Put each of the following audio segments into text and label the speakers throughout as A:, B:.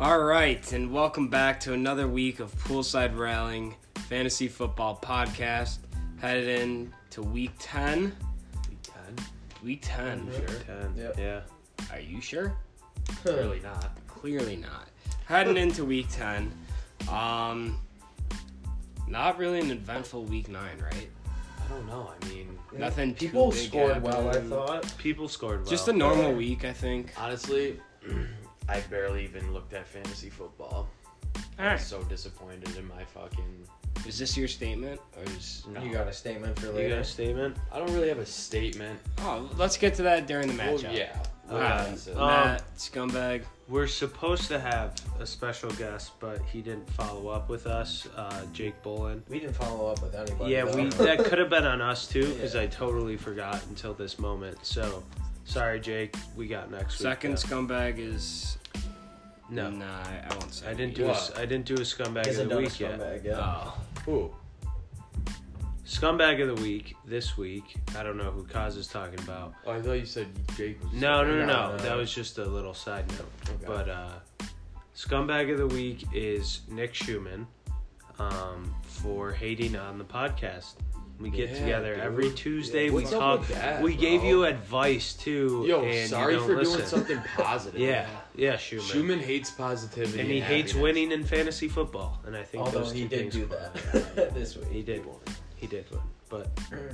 A: All right, and welcome back to another week of Poolside Rallying Fantasy Football Podcast. Headed in to week 10.
B: Ten.
A: Week 10.
B: Ten.
C: Yep.
B: Yeah.
A: Are you sure?
B: Really not.
A: Clearly not. Heading into week 10. Um, not really an eventful week 9, right?
B: I don't know. I mean,
A: Nothing too
C: People
A: big
C: scored well, I
A: happened.
C: thought.
B: people scored well.
A: Just a normal week, I think.
B: Honestly, I barely even looked at fantasy football.
A: All
B: I'm
A: right.
B: so disappointed in my fucking.
A: Is this your statement? Or is...
B: No.
C: You got a statement for
B: You got
C: later.
B: a statement? I don't really have a statement.
A: Oh, let's get to that during the matchup.
B: Well, yeah.
A: All
B: We'll
A: right,
B: get into
D: Um,
B: that.
A: Matt, scumbag.
D: We're supposed to have a special guest, but he didn't follow up with us, uh, Jake Bolin.
C: we didn't follow up with anybody.
D: Yeah,
C: though.
D: we that could have been on us too, because
C: uh, Yeah.
D: I totally forgot until this moment. So, sorry, Jake. We got next week.
A: Second
D: though.
A: scumbag is
D: No,
A: Nah, I I won't say.
D: I didn't
A: it.
D: do. A,
B: What?
D: s- I didn't do a scumbag
C: He's a
D: of the
C: dumb
D: week yet.
C: scumbag, yeah.
A: Oh,
B: Ooh.
D: Scumbag of the week this week. I don't know who Kaz is talking about.
B: Oh, I thought you said Jake was.
D: No, no, no, no.
C: No, no.
D: That was just a little side note.
B: Okay.
D: But uh, scumbag of the week is Nick Schumann um, for hating on the podcast. We get
B: Yeah,
D: together
B: dude.
D: every Tuesday.
B: Yeah,
D: we
B: what's up
D: talk.
B: with that,
D: we gave
B: bro?
D: you advice too.
B: Yo,
D: and you
B: sorry
D: don't
B: for doing
D: listen.
B: something positive.
D: Yeah, yeah, Schumann.
B: Schumann hates positivity,
D: and he hates
B: happiness.
D: winning in fantasy football. And I think
C: Although
D: those
C: he
D: two
C: did
D: things
C: do that this week.
D: He did one. He did one. But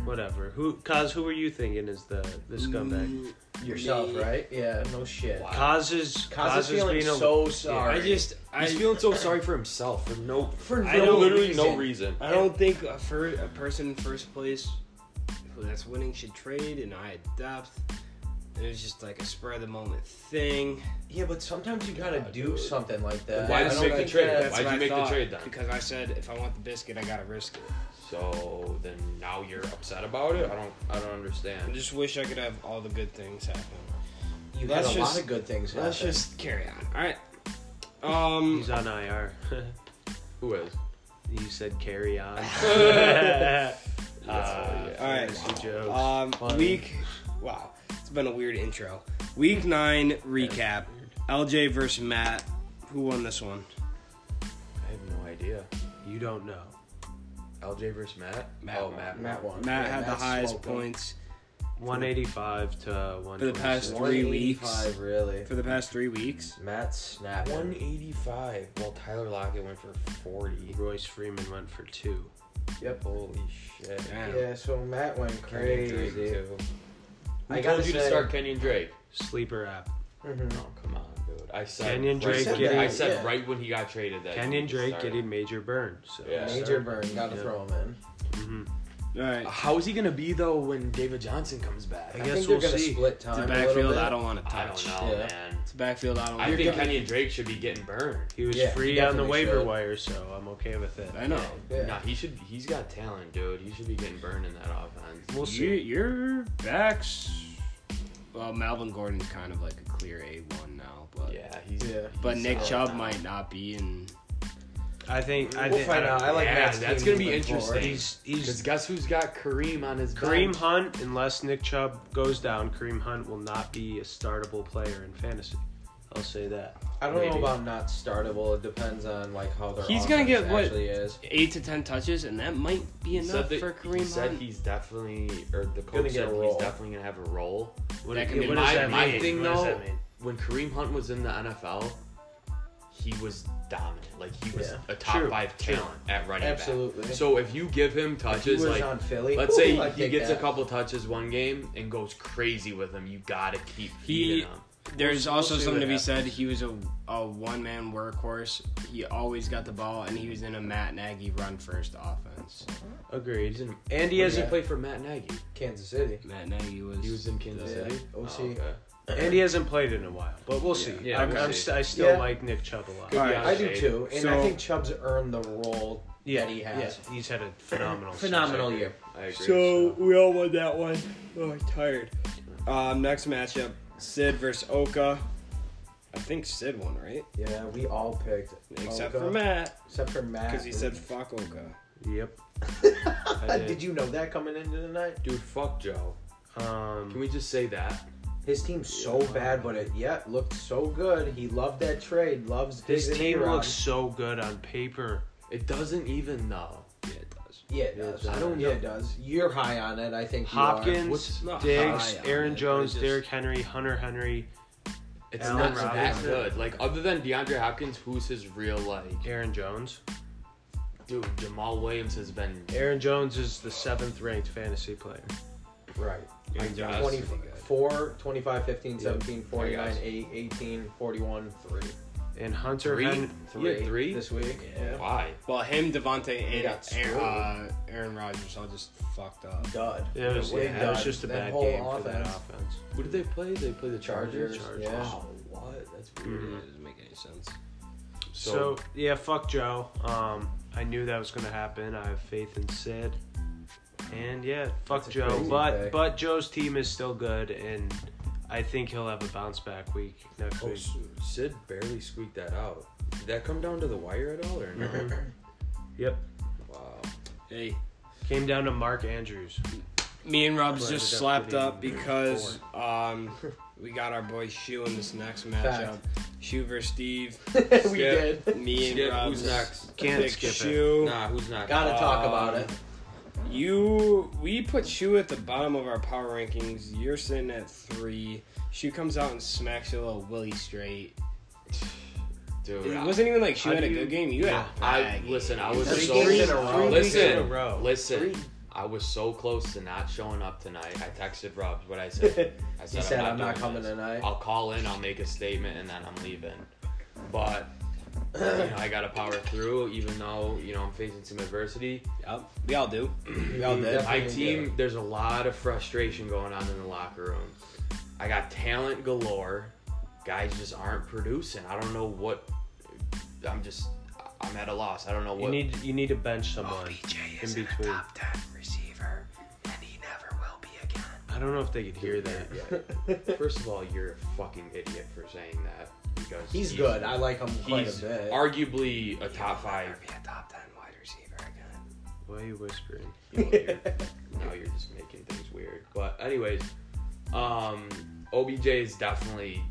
D: whatever. Who, Kaz? Who were you thinking is the the scumbag?
A: Mm,
C: Yourself,
A: me.
C: right? Yeah, no shit.
B: Wow.
D: Kaz is
C: Kaz is feeling
D: being a
C: so
A: I
C: sorry.
A: just, I,
B: He's feeling so sorry for himself for no,
C: for
A: I
C: no
A: don't-
B: literally no reason.
A: I don't think a, fir- a person in first place who that's winning should trade, and I had depth. And it was just like a spur of the moment thing.
C: Yeah, but sometimes you gotta
B: God,
C: do
B: dude.
C: something like that.
B: Why'd you
C: I don't
B: make the
C: think
B: trade?
C: that's-
B: Why'd
A: what
B: you
A: I
B: make the
A: thought,
B: trade then?
A: Because I said if I want the biscuit, I gotta risk it.
B: So then now you're upset about it. I don't. I don't
A: I
B: understand.
A: just wish I could have all the good things happen.
C: You had
A: Let's
C: a
A: just-
C: lot of good things.
A: Let's
C: happen.
A: just carry on. All right. Um.
D: He's on IR.
B: Who is?
D: you said carry on. Uh,
B: That's
A: all right.
D: fantasy jokes.
A: Um,
C: Fun.
A: week. Wow, it's been a weird intro. Week nine recap. LJ versus Matt. Who won this one?
B: I have no idea.
D: you don't know.
B: LJ versus Matt.
A: Matt
B: oh,
A: won.
B: Matt.
C: Matt won.
A: Matt
C: Yeah,
A: had the highest
C: smoked him.
A: points
D: 185 to 125.
A: past three- weeks.
C: 185, Really.
A: for the past three weeks.
C: Matt snapped.
B: One eighty-five. Well, Tyler Lockett went for forty.
D: Royce Freeman went for two.
C: Yep.
B: Holy shit.
A: Damn.
C: Yeah, so Matt went crazy.
B: Who
C: I
B: I
C: gotta
B: told you to
C: say-
B: start Kenyon Drake?
D: Sleeper app.
C: Mhm.
B: Oh come on, dude. I said
D: Kenyon
B: right
D: Drake
B: when-
D: getting-
B: I said
C: yeah.
B: right when he got traded that
D: Kenyon
B: he
D: Drake
B: started.
D: getting major burn. So
B: Yeah.
C: Major burn. Gotta
D: Yeah.
C: throw him in.
D: hmm
A: All right.
B: How is he gonna be though when David Johnson comes back?
D: I
C: I,
D: guess
C: think
D: we'll
C: they're gonna
D: see.
C: split
A: It's
C: time.
A: a
C: a little
A: backfield
C: bit.
A: I don't want to
B: I
A: touch.
B: don't know,
C: Yeah.
B: man.
A: It's a backfield I don't
B: I
A: want to
B: think
A: touch.
B: Kenyon Drake should be getting burned.
D: He was
C: Yeah, he
D: free on the
C: definitely
D: waiver
C: should.
D: wire, so I'm okay with it.
A: I know.
C: Yeah.
B: Nah, he should. He's got talent, dude. He should be getting burned in that offense.
D: We'll
A: You,
D: see.
A: your backs. Well, Malvin Gordon's kind of like a clear A one now, but
B: Yeah, he's.
C: Yeah.
A: but
B: he's
A: Nick
B: solid
A: Chubb
B: now.
A: might not be, and
D: I think. I
C: We'll
D: think.
C: find
D: I don't-
C: out. I like
B: Yeah,
C: Matt's
B: that's
C: team
B: gonna be
C: moving forward.
B: interesting.
D: He's
B: Because
D: he's
B: guess who's got Kareem on his
D: Kareem
B: bench?
D: Hunt. Unless Nick Chubb goes down, Kareem Hunt will not be a startable player in fantasy. I'll say that.
C: I don't know
B: Maybe.
C: about not startable. It depends on like how their
A: He's
C: he's
A: gonna
C: gonna
A: get what-
C: actually is.
A: eight to ten touches, and that might be
B: He said
A: enough
B: that-
A: for
B: he
A: Kareem
B: said
A: Hunt.
B: he's definitely, or the coach
C: Gonna get
B: said
C: a
B: he's
C: role.
B: definitely gonna have a role.
D: What,
A: That
D: that
A: can be
D: what
A: my-
D: does that
B: my
D: mean?
B: thing,
D: what does
B: though-
D: that mean?
B: When Kareem Hunt was in the NFL, he was dominant. Like he was
C: Yeah.
B: a top
D: True,
B: five
D: true.
B: talent at running back.
C: Absolutely.
B: So if you give him
C: If he
B: touches,
C: was
B: like
C: on Philly.
B: let's say
C: I'd
B: he
C: take
B: gets
C: that.
B: a couple touches one game and goes crazy with him, you gotta keep
A: He-
B: feeding him.
A: There's
C: We'll- we'll
A: also
C: see
A: something to
C: what
A: be
C: happens.
A: said. He was a, a one man workhorse. He always got the ball, and he was in a Matt Nagy run first offense.
B: He's
D: Agreed.
B: in,
D: And he
B: he
C: Yeah.
D: has
B: hasn't played for Matt Nagy.
C: Kansas City.
A: Matt Nagy was.
B: He was in Kansas
C: Yeah.
B: City.
C: We'll
B: Oh,
C: see.
B: okay.
D: And he hasn't played in a while, but we'll see.
B: Yeah,
D: I'm,
B: we'll
D: I'm
B: see.
D: st- I still
C: Yeah.
D: like Nick Chubb a lot.
B: Could be
A: Alright.
B: on
C: I do
B: shade.
C: too, and
A: So-
C: I think Chubb's earned the role
D: Yeah,
C: that he has.
D: yeah, he's had a phenomenal,
C: Phenomenal
D: season.
C: year.
B: I agree.
A: so we all won that one. Oh, I'm tired. Um, next matchup: Sid versus Oka. I think Sid won, right?
C: Yeah, we all picked.
A: Except
C: Oka.
A: for Matt,
C: Except for Matt.
A: because he said "fuck Oka."
D: Yep. I
C: Uh, did.
D: did.
C: you know that coming into the night?
B: Dude, fuck Joe.
D: Um,
B: Can we just say that?
C: His team's so bad, but it yet looked so good. He loved that trade. Loves
D: This
C: Diggs and
D: team
C: A-Rod.
D: looks so good on paper.
B: It doesn't even know.
A: Yeah, it does.
C: Yeah, it does.
B: I don't
C: Yeah,
B: know.
C: it does. You're high on it. I think. you are.
D: Hopkins,
B: What's
A: not
D: Diggs,
A: high on it,
D: Aaron
A: but
D: Jones,
A: it's just-
D: Derrick Henry, Hunter Henry,
B: It's not
D: Allen
B: that
D: Robinson.
B: good. Like other than DeAndre Hopkins, who's his real like
D: Aaron Jones.
B: dude? Jamal Williams has been.
D: Aaron Jones is the seventh ranked fantasy player.
C: Right.
A: Aaron Jones is pretty good.
C: 24, 25, 15, 17, 49,
B: guys.
C: 8, 18, 41, 3.
D: And Hunter
B: Three?
D: Henry.
B: Three? Three?
C: This week. Yeah.
B: Why?
A: Well, him, Devontae,
C: They
A: and
C: got
A: Aaron,
C: screwed.
A: uh, Aaron Rodgers all just fucked up.
C: Dud.
D: It was,
C: Way
D: it,
C: dud.
D: was just a
C: That
D: bad
C: whole
D: game for that
C: offense.
D: offense.
B: Who did they play? They play the Chargers.
C: Chargers, yeah.
B: Wow, what? That's weird.
A: It doesn't make any sense.
D: So, yeah, fuck Joe. Um, I knew that was gonna happen. I have faith in Sid. And yeah, fuck
C: That's a
D: Joe.
C: crazy
D: But
C: pick.
D: but Joe's team is still good, and I think he'll have a bounce back week next
B: Oh,
D: week.
B: s- Sid barely squeaked that out. Did that come down to the wire at all or no?
D: Mm-hmm. Yep.
B: Wow.
A: Hey,
D: Came down to Mark Andrews.
A: me and Rob's
D: Right,
A: just
D: it up
A: slapped
D: to the
A: up because um, we got our boy Shu in this next matchup. Shu versus Steve.
C: we
B: Yeah.
C: did.
A: Me and
B: Skip,
A: Rob.
B: who's next?
D: Can't
A: picked
D: skip it.
A: Shu.
B: Nah, who's next?
C: Gotta talk
A: Um,
C: about it.
A: You, we put Shu at the bottom of our power rankings. You're sitting at three. Shu comes out and smacks your little Willie straight.
B: Dude,
A: It
B: I-
A: wasn't even like Shu
D: How
A: had a
D: do you-
A: good game. You had a
B: I,
A: bad game.
B: listen. I was
C: Three
B: so
C: games in a row.
D: Three games in a
B: listen.
D: row.
B: Listen,
C: Three.
B: I was so close to not showing up tonight. I texted Rob what I said. I said,
C: He said, I'm not
B: doing
C: coming
B: this.
C: tonight.
B: I'll call in. I'll make a statement, and then I'm leaving. But you know, I got to power through, even though you know I'm facing some adversity.
A: Yep, we all do.
C: Y'all did.
B: My team, there's a lot of frustration going on in the locker room. I got talent galore. Guys just aren't producing. I don't know what. I'm just. I'm at a loss. I don't know
D: You
B: what.
D: need you need to bench
B: Oh,
D: someone in between.
A: ten receiver, and he never will be again.
D: I don't know if they could hear that.
B: First of all, you're a fucking idiot for saying that because
C: He's good. I like him quite a
B: He's
C: bit.
B: arguably a top five.
A: be a top ten wide receiver again.
D: Why are you whispering?
B: You know, you're- now you're just making things weird. But anyways, um, OBJ is definitely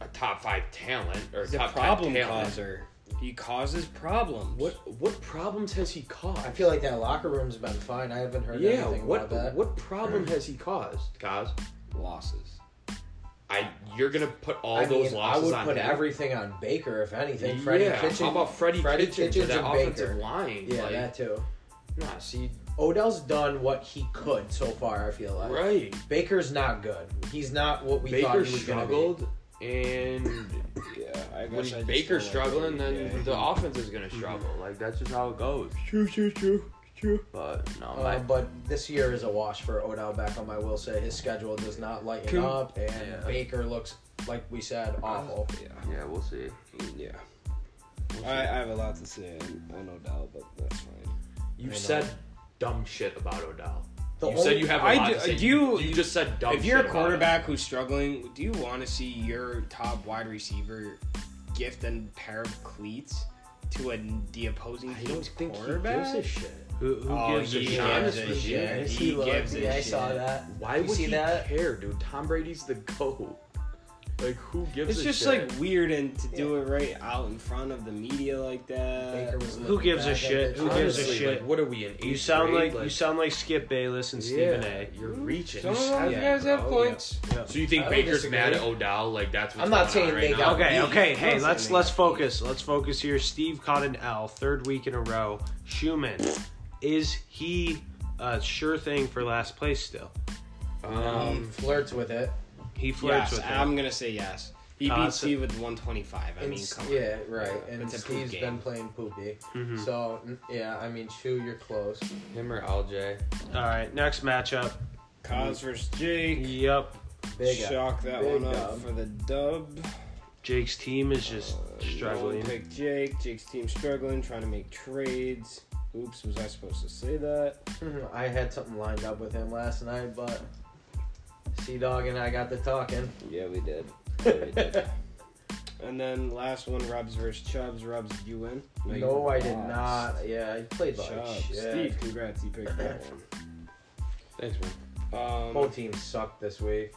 B: a top five talent or
A: He's a
B: top
A: problem
B: five talent.
A: causer. He causes problems.
B: What what problems has he caused?
C: I feel like that locker room's been fine. I haven't heard
B: yeah.
C: anything
B: What
C: about that.
B: what problem has he caused, guys?
A: losses?
B: I you're gonna put all
C: I
B: those
C: mean,
B: losses
C: I would
B: on
C: put
B: him?
C: everything on Baker, if anything. Freddie
B: yeah.
C: Kitchen.
B: How about Freddie,
C: Freddie
B: Kitchen,
C: Kitchens
B: for that
C: and
B: offensive
C: Baker.
B: line?
C: Yeah,
B: like,
C: that too.
B: nah, see,
C: Odell's done what he could so far. I feel like.
B: right.
C: Baker's not good. He's not what we thought
B: Baker
C: he was going to
B: struggled, and
A: Yeah, I
B: when
A: guess I just don't
B: Baker's
A: like
B: struggling,
A: the
B: then
A: NBA.
B: the offense is gonna struggle.
C: Mm-hmm.
B: Like that's just how it goes.
A: True, true, true, true.
B: But no,
C: be.
B: my,
C: Uh, but this year is a wash for Odell Beckham. I will say his schedule does not lighten
A: Can-
C: up, and
B: Yeah.
C: Baker looks like we said
B: Uh,
C: awful.
A: Yeah,
B: yeah, we'll see.
A: yeah.
B: We'll see.
A: Mm, I, I have a lot to say on, on Odell, but that's fine.
B: you
C: I know.
B: said dumb shit about Odell.
C: The
B: you said
C: only-
B: you have a
A: I
B: lot
A: do-
B: to say.
A: do you-
B: you just said dumb.
A: if you're
B: shit
A: a
B: about
A: quarterback who's struggling, do you want to see your top wide receiver gift a pair of cleats to a, the opposing
B: Odell. I don't
A: team's
B: think he
A: quarterback?
B: gives a shit.
D: Who, who
A: Oh,
D: gives a
A: yeah.
D: shit?
A: gives
B: a
C: Honestly,
B: shit.
C: yes,
A: He
C: he looked-
A: gives a
C: yeah, I saw
A: shit.
C: that.
B: Why
C: You
B: would
C: see
B: he
C: that?
B: care, dude? Tom Brady's the goat. Like who gives?
A: It's
B: a
A: just
B: shit?
A: like weird, and to do it right out in front of the media like that.
B: Uh,
C: Baker was
D: Who
C: looking
D: gives a
C: back at
D: shit?
C: the
D: Who gives a
B: Honestly,
D: shit?
B: Like, what are we in?
D: You
B: eighth
D: sound
B: grade?
D: like, you sound like Skip Bayless and Stephen A.
B: You're reaching.
A: Some of those
C: Yeah,
A: guys have
B: bro.
A: points.
B: So you think
C: I don't
B: Baker's
C: disagree.
B: mad at Odell? Like that's what's
C: I'm not
B: going on
C: saying
B: right
C: they
B: now?
C: got-
D: Okay,
C: Yeah.
D: okay, hey,
A: Yeah.
D: let's let's focus. Let's focus here. Steve caught an L, third week in a row. Schumann, is he a sure thing for last place still?
C: He
B: Um,
C: flirts with it.
D: He
A: Yes,
D: flirts with him.
A: I'm gonna say yes. He beat
D: Uh, so-
A: Steve with 125. I
C: And
A: mean,
C: s-
A: come on.
C: yeah, right. And
A: It's a poop
C: Steve's
A: game.
C: been playing poopy.
D: Mm-hmm.
C: So n- yeah, I mean, Shu, you're close.
B: him or LJ?
D: All right, next matchup.
A: Cos versus Jake.
D: Yup,
C: Big
A: Shock that
C: Big
A: one up
C: dub.
A: for the dub. Uh,
D: Jake's team is just struggling.
A: We'll pick Jake. Jake's team struggling, trying to make trades. Oops, was I supposed to say that?
C: Mhm, I had something lined up with him last night, but Sea Dog and I got to talking.
A: Yeah, we did. And then last one, Robs versus Chubbs. Robs, did you win?
C: no, I did
A: Nice.
C: not. Yeah, I played like
A: Chubbs.
C: shit.
A: Steve, congrats, you picked that one.
B: Thanks, man.
A: Um,
C: Both teams sucked this week.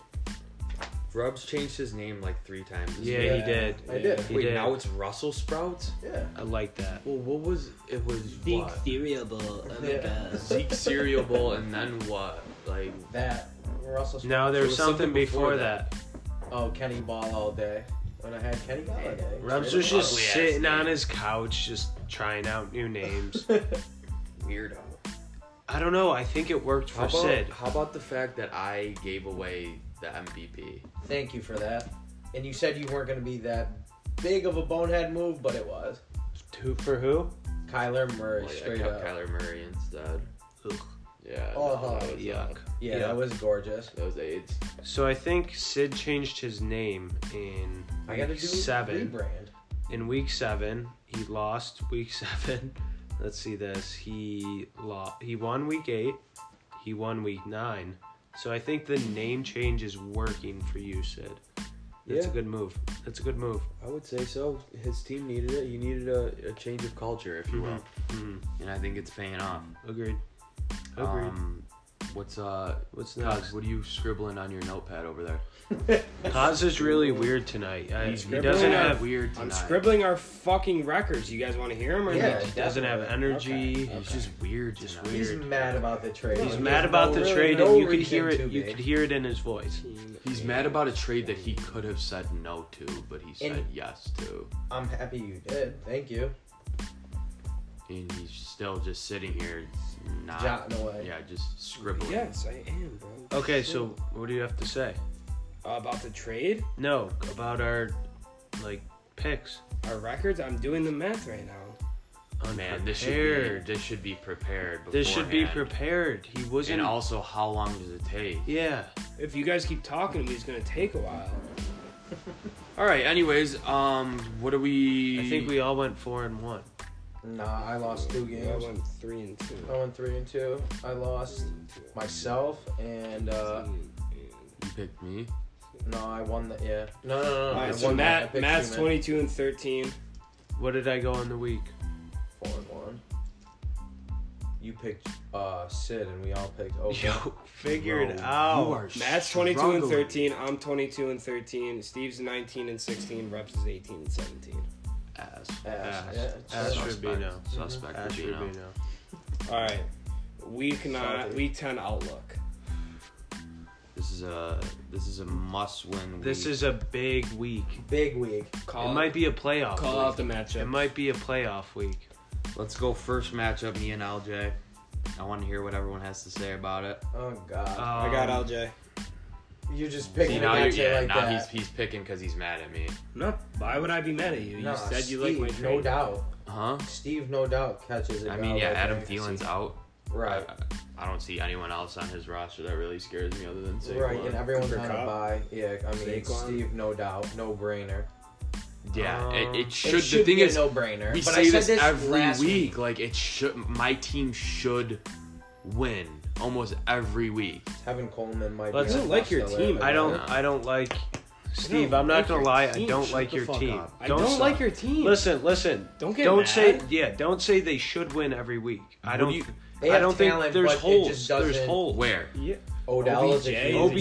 B: Grubbs changed his name like three times. this
D: Yeah,
B: year.
D: he did.
C: I did.
D: He
B: Wait,
D: did.
B: now it's Russell Sprouts.
C: Yeah.
D: I like that.
B: Well, what was it? Was
A: Think
B: what?
A: theorable. Oh my
C: Yeah.
A: god.
B: Zeke Cereal Bowl, and then what? Like
C: That. Russell. Sp-
D: No, there
B: There
D: was,
B: was
D: something,
B: something
D: before,
B: before
D: that.
C: Oh, Kenny Ball all day. When I had Kenny Ball all day.
D: Rubs was just
B: Ugly-ass
D: sitting on
B: name.
D: his couch, just trying out new names.
B: weirdo.
D: I don't know. I think it worked for
B: How about,
D: Sid.
B: how about the fact that I gave away the MVP?
C: Thank you for that. And you said you weren't going to be that big of a bonehead move, but it was.
D: Who for who?
C: Kyler Murray,
B: Like, I
C: straight
B: kept
C: up.
B: Kyler Murray instead.
D: Ugh.
B: Yeah.
C: Oh,
B: that was,
D: Yuck.
B: Uh,
C: Yeah, that was gorgeous.
B: that was AIDS.
D: So I think Sid changed his name in
C: I got to
D: week
C: do
D: seven.
C: rebrand.
D: In week seven, he lost week seven. Let's see this. He lost. He won week eight. He won week nine. So I think the name change is working for you, Sid. That's a
B: Yeah.
D: good move. That's a good move.
B: I would say so. His team needed it. You needed a, a change of culture, if you will.
D: Mhm.
B: And I think it's paying off.
D: Agreed. Agreed.
B: Um, what's uh,
D: What's
B: Cogs,
D: next?
B: what are you scribbling on your notepad over there?
D: Cos is really weird tonight. I,
A: He's
D: he doesn't
A: scribbling.
D: have.
B: weird.
A: I'm scribbling our fucking records. You guys want to hear them or
C: Yeah.
A: not?
D: He doesn't have energy.
B: He's just weird. Just weird.
C: He's mad about the trade.
A: He's
D: He's
C: He
D: mad
C: has
D: about
C: no-
D: the
C: really
D: trade,
C: no
D: and you could
C: reason
D: hear
C: to
D: it. You
C: be.
D: could hear it in his voice.
B: He's mad about a trade that he could have said no to, but he said
C: And-
B: yes to.
C: I'm happy you did. Thank you.
B: And he's still just sitting here, not.
C: Jotting away.
B: Yeah, just scribbling.
A: Yes, I am, bro. Uh,
D: Okay, so what do you have to say?
A: about the trade,
D: No, about our like picks.
A: our records. I'm doing the math right now.
B: Man, this should
D: Unprepared.
B: be this should be prepared.
D: This should be
B: beforehand.
D: prepared. He wasn't.
B: And also, how long does it take?
D: yeah.
A: If you guys keep talking to me, it's gonna take a while.
B: All right. Anyways, um, what do we?
D: I think we all went four and one.
C: Nah, I lost two
A: I
C: games.
A: went three and two.
C: I went three and two. I lost myself and uh
B: You picked me.
C: no, I won the yeah. No, no, no. no.
A: All
C: I
A: right, so
C: won that. I
A: Matt,
C: picked
A: Matt's
C: Schumann.
A: 22 and 13.
D: What did I go in the week?
C: Four and one. You picked uh Sid and we all picked Oakland.
D: figure it
B: Bro,
D: out.
B: You are
A: Matt's 22 and
B: struggling.
A: 13. I'm 22 and 13. Steve's 19 and 16. Reps is 18 and 17.
B: Ass.
C: Ass. Yeah, it's
D: Ass
C: just-
B: Suspect.
D: Rubino.
B: Suspect
D: Ash
B: Rubino.
D: Rubino.
A: All right, week nine,
C: Salty.
A: week 10 outlook.
B: This is a this is a must win.
D: This is a big week.
C: Big week.
A: Call
D: it might be a playoff.
A: call
D: week.
A: out the matchup.
D: It might be a playoff week.
B: Let's go first matchup. Me and LJ. I want to hear what everyone has to say about it.
C: Oh god.
A: I got
D: Um,
A: LJ.
C: you just
B: See
C: picking a
B: now, you're,
C: matchup
B: yeah,
C: like
B: now
C: that.
B: he's he's picking because he's mad at me.
A: No, why would I be mad at you? You
C: Nah,
A: said you
C: Steve,
A: like my
C: No
A: trade.
C: doubt.
B: Huh?
C: Steve no doubt catches it.
B: I mean,
C: now,
B: yeah,
C: like,
B: Adam
C: I can
B: Thielen's
C: see.
B: out.
C: Right.
B: I, I don't see anyone else on his roster that really scares me other than Saquon.
C: Right, and everyone's
A: Cooper
C: on
A: Kupp.
C: a buy. Yeah, I mean,
A: Saquon.
C: Steve, no doubt, no brainer.
B: Yeah,
D: Um,
B: it,
D: it
B: it should.
C: should
B: the thing
C: be
B: is,
C: a no brainer.
B: we
C: But
B: say
C: I said
B: this,
C: this
B: every
C: last
B: week. Like it should. My team should win almost every week.
C: Tevin Coleman might.
D: Let's-
C: be
D: I
A: don't like your
C: roster
A: team.
C: later.
D: I don't.
B: Nah.
D: I don't like. Steve,
A: don't
D: I'm not
A: like
D: gonna
A: your
D: lie. I
A: team.
D: don't
A: Shut
D: like
A: the
D: your
A: fuck
D: team.
A: up. I don't
D: suck.
A: like your team.
D: Listen, listen.
A: Don't get
D: Don't
A: mad.
D: say yeah. Don't say they should win every week. I
B: What
D: don't.
B: do you-
C: They
D: I
C: have
D: don't think
C: talent,
D: there's
C: but it
D: holes.
C: just
D: There's
C: doesn't-
D: holes.
B: Where?
A: Yeah.
C: Odell is
A: OBJ.
C: a huge-
A: Ob-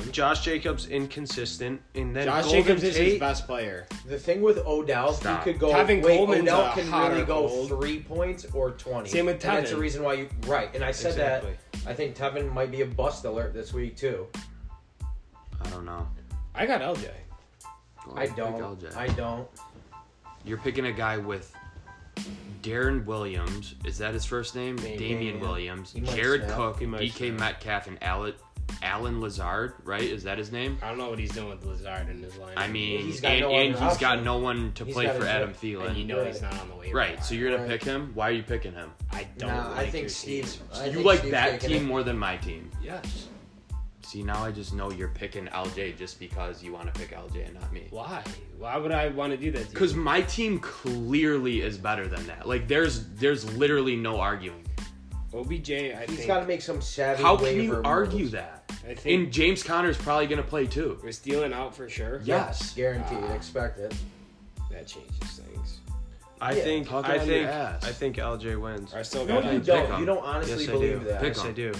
D: OBJ, Josh Jacobs inconsistent, and then
A: Josh
D: Golden
A: Jacobs is his
D: Tate-
A: best player.
C: The thing with Odell,
B: Stop.
C: he could go.
A: Tevin
C: wait,
A: Coleman's a
C: Odell can
A: hotter
C: really go
A: gold.
C: three points or twenty.
A: Same with
C: And that's
A: Tevin.
C: the reason why you right. And I said
D: Exactly.
C: that. I think Tevin might be a bust alert this week too.
B: I don't know.
A: I got LJ.
B: Go
C: I
B: ahead, pick
C: don't.
B: LJ.
C: I don't.
B: You're picking a guy with Darren Williams. Is that his first name?
A: Maybe.
B: Damian
C: Yeah.
B: Williams,
C: He might
B: Jared
C: snap.
B: Cook,
D: He might
B: DK
D: snap.
B: Metcalf, and Allen, Alan Lazard. Right? Is that his name?
A: I don't know what he's doing with Lazard in his line.
B: I mean,
C: He's got
B: and,
C: no
B: and
C: other
B: he's got
C: option.
B: no one to
C: He's
B: play
C: got
B: for
C: his-
B: Adam
A: and you
B: Thielen.
A: know
C: Right.
A: he's not on the waiver.
B: Right, so you're gonna
C: Right.
B: pick him. Why are you picking him?
A: I don't.
C: Nah,
A: like
C: I think
A: your
C: Steve's.
A: team.
C: I
B: you
C: think
B: like
C: Steve's
B: that
C: taking
B: team
C: it.
B: more than my team.
A: Yes.
B: See, now I just know you're picking LJ just because you want to pick LJ and not me.
A: Why? Why would I want to do that? to you?
B: Because my team clearly is better than that. Like, there's there's literally no arguing.
A: OBJ, I
C: He's
A: think.
C: got to make some savvy.
B: How can
C: waiver
B: you argue
C: moves.
B: that?
A: I think
B: And James Conner's probably gonna play too.
A: we're stealing out for sure.
B: Yes.
C: Guaranteed.
A: Ah.
C: expected.
A: That changes things.
D: I
C: Yeah.
D: think.
B: Talk
D: I
B: out of your
D: think.
B: ass.
D: I think LJ wins.
A: I still
C: No,
A: got
C: you
A: LJ.
B: pick
C: don't.
B: 'em.
C: You don't honestly
D: Yes, I
C: believe
D: do.
C: that.
B: Pick
D: Yes, I
B: 'em.
D: do.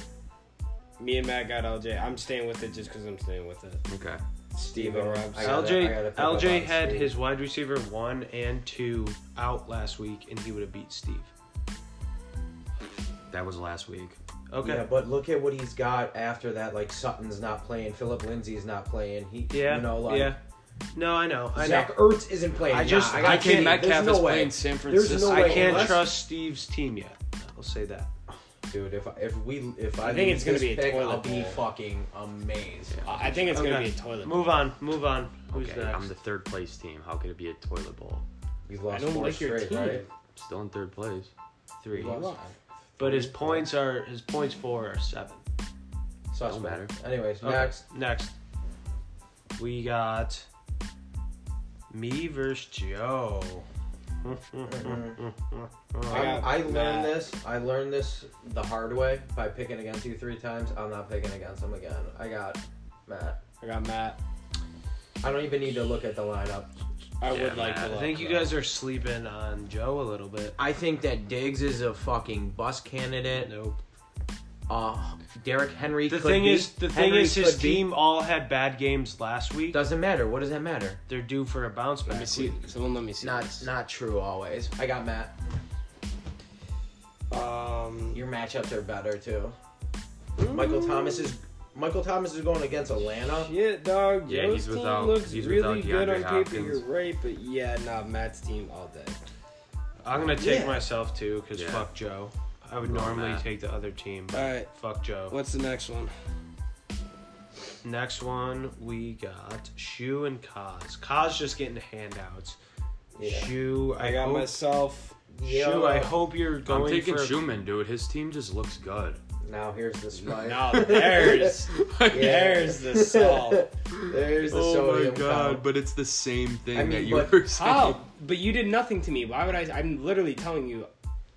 A: Me and Matt got LJ. I'm staying with it just because I'm staying with it.
B: Okay.
C: Steve Robs.
A: I
D: LJ LJ had his wide receiver one and two out last week, and he would have beat Steve. That was last week. Okay.
C: Yeah, but look at what he's got after that. Like Sutton's not playing. Philip Lindsay's not playing. He,
D: Yeah.
C: you know, like
D: yeah. No, I know. I know.
C: Zach Ertz isn't playing.
D: I just-
C: Nah, I,
D: I
C: gotta
D: can't-
C: tell you,
B: Metcalf
C: there's no
B: is
C: way.
B: playing San
C: There's no
B: Francisco.
D: I
C: way.
D: can't
C: unless-
D: trust Steve's team yet. I'll say that.
C: dude. If I, if we if I,
A: I think
C: lose
A: it's gonna
C: this
A: be a
C: pick,
A: toilet
C: I'll be
A: bowl.
C: fucking amazed.
A: I I think it's gonna
D: Okay.
A: be a toilet.
D: Move on. Move on. Who's
B: Okay,
D: next?
B: I'm the third place team. How could it be a toilet bowl?
C: We've
A: I
C: lost
A: don't
C: four
A: like your
C: straight,
A: team.
C: right?
B: Still in third place. Three.
C: We lost-
D: but his points are his points four are seven.
C: Suspect.
B: Don't matter.
C: Anyways, uh,
D: Okay,
C: next.
D: Next. We got me versus Joe. Mm-hmm.
A: I got
C: I, I
A: Matt.
C: learned this. I learned this the hard way by picking against you three times. I'm not picking against him again. I got Matt.
A: I got Matt.
C: I don't even need to look at the lineup.
A: I
B: Yeah,
A: would like
B: Matt.
A: to.
D: I
A: look,
D: think you
A: though.
D: guys are sleeping on Joe a little bit.
C: I think that Diggs is a fucking bus candidate.
D: Nope.
C: Uh, Derek Henry.
D: The
C: could
D: thing
C: be.
D: is, the thing
C: Henry
D: is, his
C: could be.
D: team all had bad games last week.
C: doesn't matter. What does that matter?
D: They're due for a bounce
A: Let me
D: back.
A: see.
D: week.
A: Someone let me see.
C: Not
A: this.
C: not true always. I got Matt.
A: Um.
C: Your matchups are better too. Michael Thomas is Michael Thomas is going against Atlanta.
A: Shit, dog.
B: Yeah,
A: Joe's
B: he's
A: team
B: without-
A: looks
B: he's
A: really
B: without
A: good on
B: DeAndre
A: paper.
B: Hopkins.
A: You're right, but yeah, nah. Matt's team all day.
D: I'm gonna take
A: Yeah.
D: myself too, cause
B: Yeah.
D: fuck Joe. I would
B: Wrong
D: normally
B: Matt.
D: take the other team, but
A: All right.
D: fuck Joe.
A: What's the next one?
D: Next one we got Shu and Kaz. Kaz just getting handouts.
C: Yeah.
D: Shu, I,
A: I got
D: hope,
A: myself.
D: Shu, I hope you're
B: I'm
D: going
B: taking
D: for.
B: Schumann, dude. His team just looks good.
C: Now here's the spike.
A: Now there's there's the salt.
C: There's the sodium count.
B: Oh but it's the same thing
C: I mean, that you but
B: were
A: How? But you did nothing to me. Why would I? I'm literally telling you,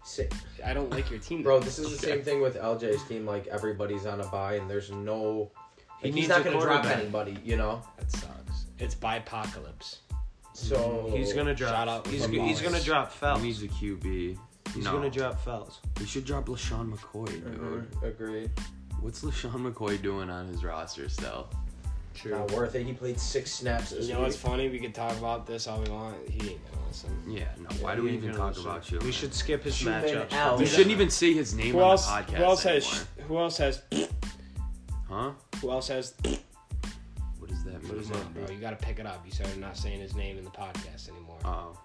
C: Si-
A: I don't like your team.
C: Bro, this is the
B: Okay.
C: same thing with LJ's team. Like everybody's on a buy, and there's no.
D: He
C: like,
D: needs
C: he's not
D: a
C: gonna drop
D: quarterback.
C: anybody, you know.
A: that sucks. It's bipocalypse.
C: So
D: Mm-hmm. He's gonna
A: Oh, Shout
D: drop.
A: out
D: He's,
A: Lamar.
D: he's gonna drop Fels.
B: He needs
D: He's
B: a QB. no.
D: gonna drop Fels.
B: He should drop LaShawn McCoy, dude.
C: Mhm, Agreed.
B: What's LaShawn McCoy doing on his roster still?
C: Not worth it. He played six snaps this
A: You know what's
C: week.
A: funny? We could talk about this all we want. He ain't gonna listen.
B: Yeah, no. Why do we
D: He ain't
B: even
D: gonna
B: talk
D: listen.
B: about Schumann?
D: We should skip his
C: Schumann
D: matchups.
C: out.
B: We shouldn't even see his name
A: Who
B: on
A: else?
B: the podcast
A: Who else
B: anymore.
A: has? Who else has?
B: huh?
A: Who else has?
B: What is that?
A: What is
B: mean?
A: that, bro? You gotta pick it up. You started not saying his name in the podcast anymore.
B: Oh.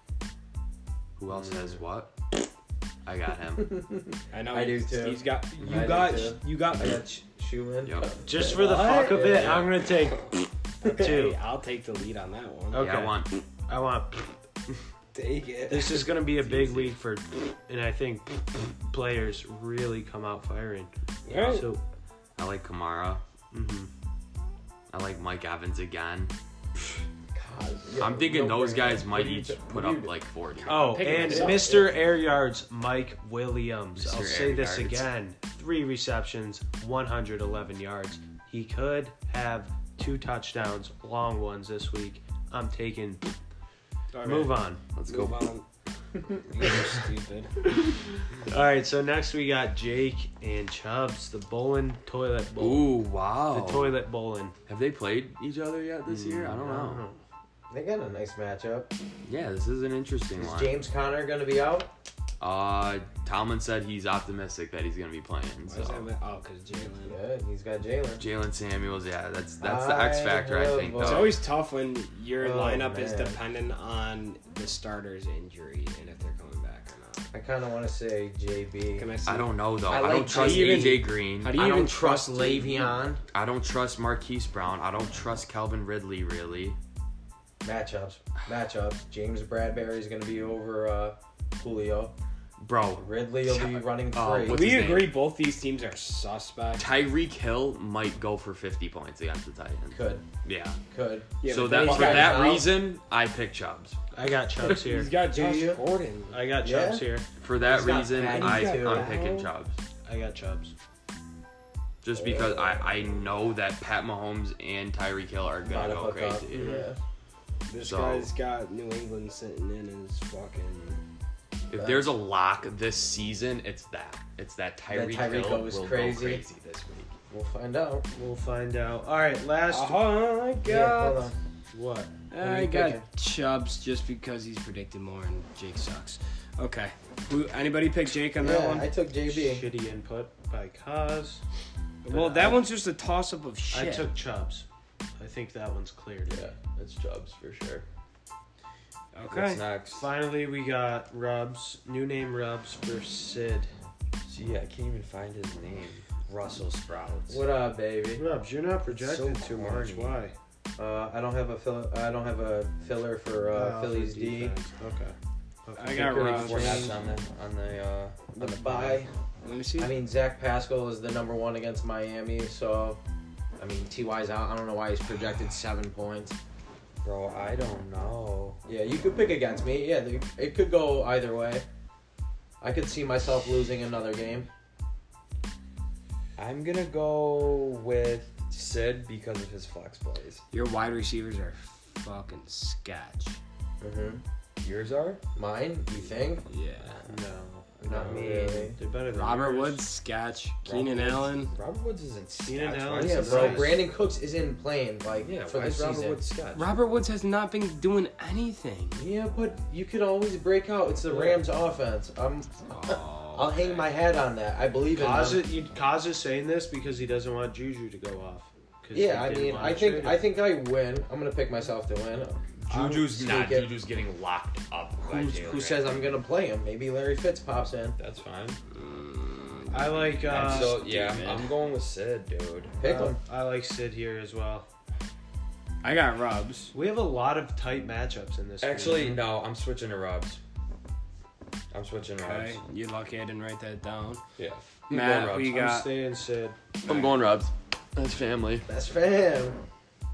B: Who else has what? I got him.
A: I know.
C: I do, too.
A: Steve's got. You
C: I do,
A: got.
C: too.
A: You got.
C: I got Sh- Schumann.
B: Yep.
D: Just for the
A: What?
D: fuck of it,
C: Yeah.
D: I'm gonna take.
A: Okay,
D: Two.
A: I'll take the lead on that one.
D: Okay.
B: Yeah, I want.
D: I want.
A: Take it.
D: This is gonna be a big week for, and I think players really come out firing.
A: Alright.
D: So
B: I like Kamara.
D: mhm.
B: I like Mike Evans again.
C: God,
B: I'm thinking
C: no
B: those
C: brainer.
B: guys might
C: What are you
B: each
C: t-
B: put
C: what are you
B: up
C: t-
B: like 40.
D: Oh,
A: Picking
D: and
A: us up,
D: Mr. Air Yards, Mike Williams.
B: Mr.
D: I'll
B: Air
D: say this
B: Yards.
D: again: three receptions, 111 yards. He could have two touchdowns, long ones this week. I'm taking. Move on.
B: Let's
A: Move
B: go.
A: on. You're stupid.
D: All right, so next we got Jake and Chubbs, the Bowling Toilet Bowl.
B: Ooh, wow.
D: The Toilet Bowling. Uh-huh.
B: Have they played each other yet this year? Mm, I don't know.
C: They got a nice matchup.
B: Yeah, this is an interesting
C: Is
B: one.
C: James Conner gonna be out?
B: Uh, Tomlin said he's optimistic that he's gonna be playing.
A: Why is that?
B: So
A: ma- Oh, because Jalen.
C: Good. He's got Jalen.
B: Jalen Samuels, yeah, that's that's the X
C: I
B: factor, I think.
C: love-
A: It's
C: Oh.
B: Though.
A: always tough when your
C: Oh,
A: lineup is
C: man.
A: dependent on the starter's injury and if they're coming back or not.
C: I kind of want to say JB.
A: Can I see?
B: I don't know though.
C: I
B: I,
C: like-
B: don't
C: how
B: trust
A: do you
B: AJ
A: even-
B: Green.
A: how do
B: I
A: you
B: don't
A: even
C: Trust
A: trust
C: Le'Veon.
B: I don't trust Marquise Brown. I don't trust Calvin Ridley really.
C: Matchups. Matchups. James Bradbury's going to be over uh, Julio.
B: Bro,
C: Ridley will be running
B: Oh,
C: free.
B: what's
A: we
B: his name?
A: agree both these teams are suspect.
B: Tyreek Hill might go for 50 points against the Titans.
C: could.
B: Yeah.
C: Could.
A: Yeah,
B: so
A: but
B: that
A: then he's
B: for
A: got-
B: that
C: Chubbs.
B: reason, I pick Chubbs.
D: I got Chubbs here.
A: he's got
C: Do
A: Josh
C: you?
A: Gordon.
D: I got
C: Yeah?
D: Chubbs here.
B: For that
C: He's got
B: reason,
C: Patty
B: I,
A: too.
B: I'm picking
A: Wow.
B: Chubbs.
D: I got Chubbs.
B: Just because I, I know that Pat Mahomes and Tyreek Hill are
C: Gotta
B: gonna go
C: fuck up.
B: crazy.
C: Yeah.
A: This
B: So-
A: guy's got New England sitting in his fucking.
B: If there's a lock this season, it's that. It's that Tyreek
C: Tyreek
B: Hill
C: goes
B: will
C: crazy.
B: go crazy this week.
C: We'll find out.
D: We'll find out. All right, last
A: Oh, I got,
C: Yeah, hold on.
D: what?
A: I
C: Who you
A: got
C: picking?
A: Chubbs just because he's predicted more and Jake sucks. Okay. Who, anybody pick Jake on that
C: Yeah,
A: one?
C: I took JB.
D: Shitty input by Cause.
A: well,
D: but
A: that
D: I-
A: one's just a toss up of shit.
D: I took Chubbs. I think that one's cleared.
C: Yeah, it's Jobs for sure.
A: Okay.
C: What's next?
D: Finally, we got Rubs. New name Rubs for Sid.
E: See, I can't even find his name. Russell Sprouts.
C: What up, baby?
D: Rubs, you're not projected
E: So
D: too much.
E: corny.
D: Why?
C: Uh, I don't have a fill- I don't have a filler for uh,
D: Oh,
C: Phillies
D: for
C: D.
D: defense. Okay.
A: I got Rubs.
E: Four hats on the on the uh,
C: The
E: on the
C: bye.
A: Let me see.
C: I mean, Zach Pascal is the number one against Miami, so I mean, Ty's out. I don't know why he's projected seven points.
E: Bro, I don't know.
C: Yeah, you could pick against me. Yeah, they- it could go either way. I could see myself losing another game.
E: I'm gonna go with Sid because of his flex plays.
A: Your wide receivers are fucking sketch.
C: Mm-hmm.
E: Yours are?
C: Mine? You think?
A: Yeah.
E: No,
C: Not really.
D: They're better than
A: Robert
D: yours.
A: Woods, sketch. Keenan
E: Woods.
A: Allen.
E: Robert Woods isn't
D: Keenan
E: stats,
D: Allen's
E: right?
C: Yeah,
D: That's
C: bro.
D: nice.
C: Brandon Cooks is in playing like
E: Yeah,
C: for
E: why
C: this
E: is Robert
C: season.
E: Woods sketch?
A: Robert Woods has not been doing anything.
C: Yeah, but you could always break out. It's the
E: Yeah.
C: Rams offense. I'm,
A: Oh,
C: I'll hang my hat on that. I believe in
D: Kaz,
C: them.
D: is- you, Kaz is saying this because he doesn't want Juju to go off. 'cause he
C: Yeah, I
D: didn't
C: mean,
D: wanna
C: I think
D: trade
C: I
D: him.
C: think I win. I'm gonna pick myself to win. I'm
E: Juju's
C: gonna
E: not.
C: get-
E: Juju's getting locked up. by
C: Who's-
E: Jalen
C: who says
E: Ramsey.
C: I'm gonna play him? Maybe Larry Fitz pops in.
E: That's fine.
D: I like. Uh,
E: I'm so yeah, I'm,
A: stupid.
E: I'm going with Sid, dude.
C: Pick
D: uh,
C: him.
D: I like Sid here as well.
A: I got Rubs.
D: We have a lot of tight matchups in this.
E: Actually,
D: game.
E: no, I'm switching to Robs. I'm switching to
A: Okay.
E: Robs.
A: You lucky I didn't write that down.
E: Yeah.
A: Matt,
E: Robs.
A: we
D: I'm
A: got.
D: staying Sid.
E: I'm going Robs. That's family.
C: That's fam.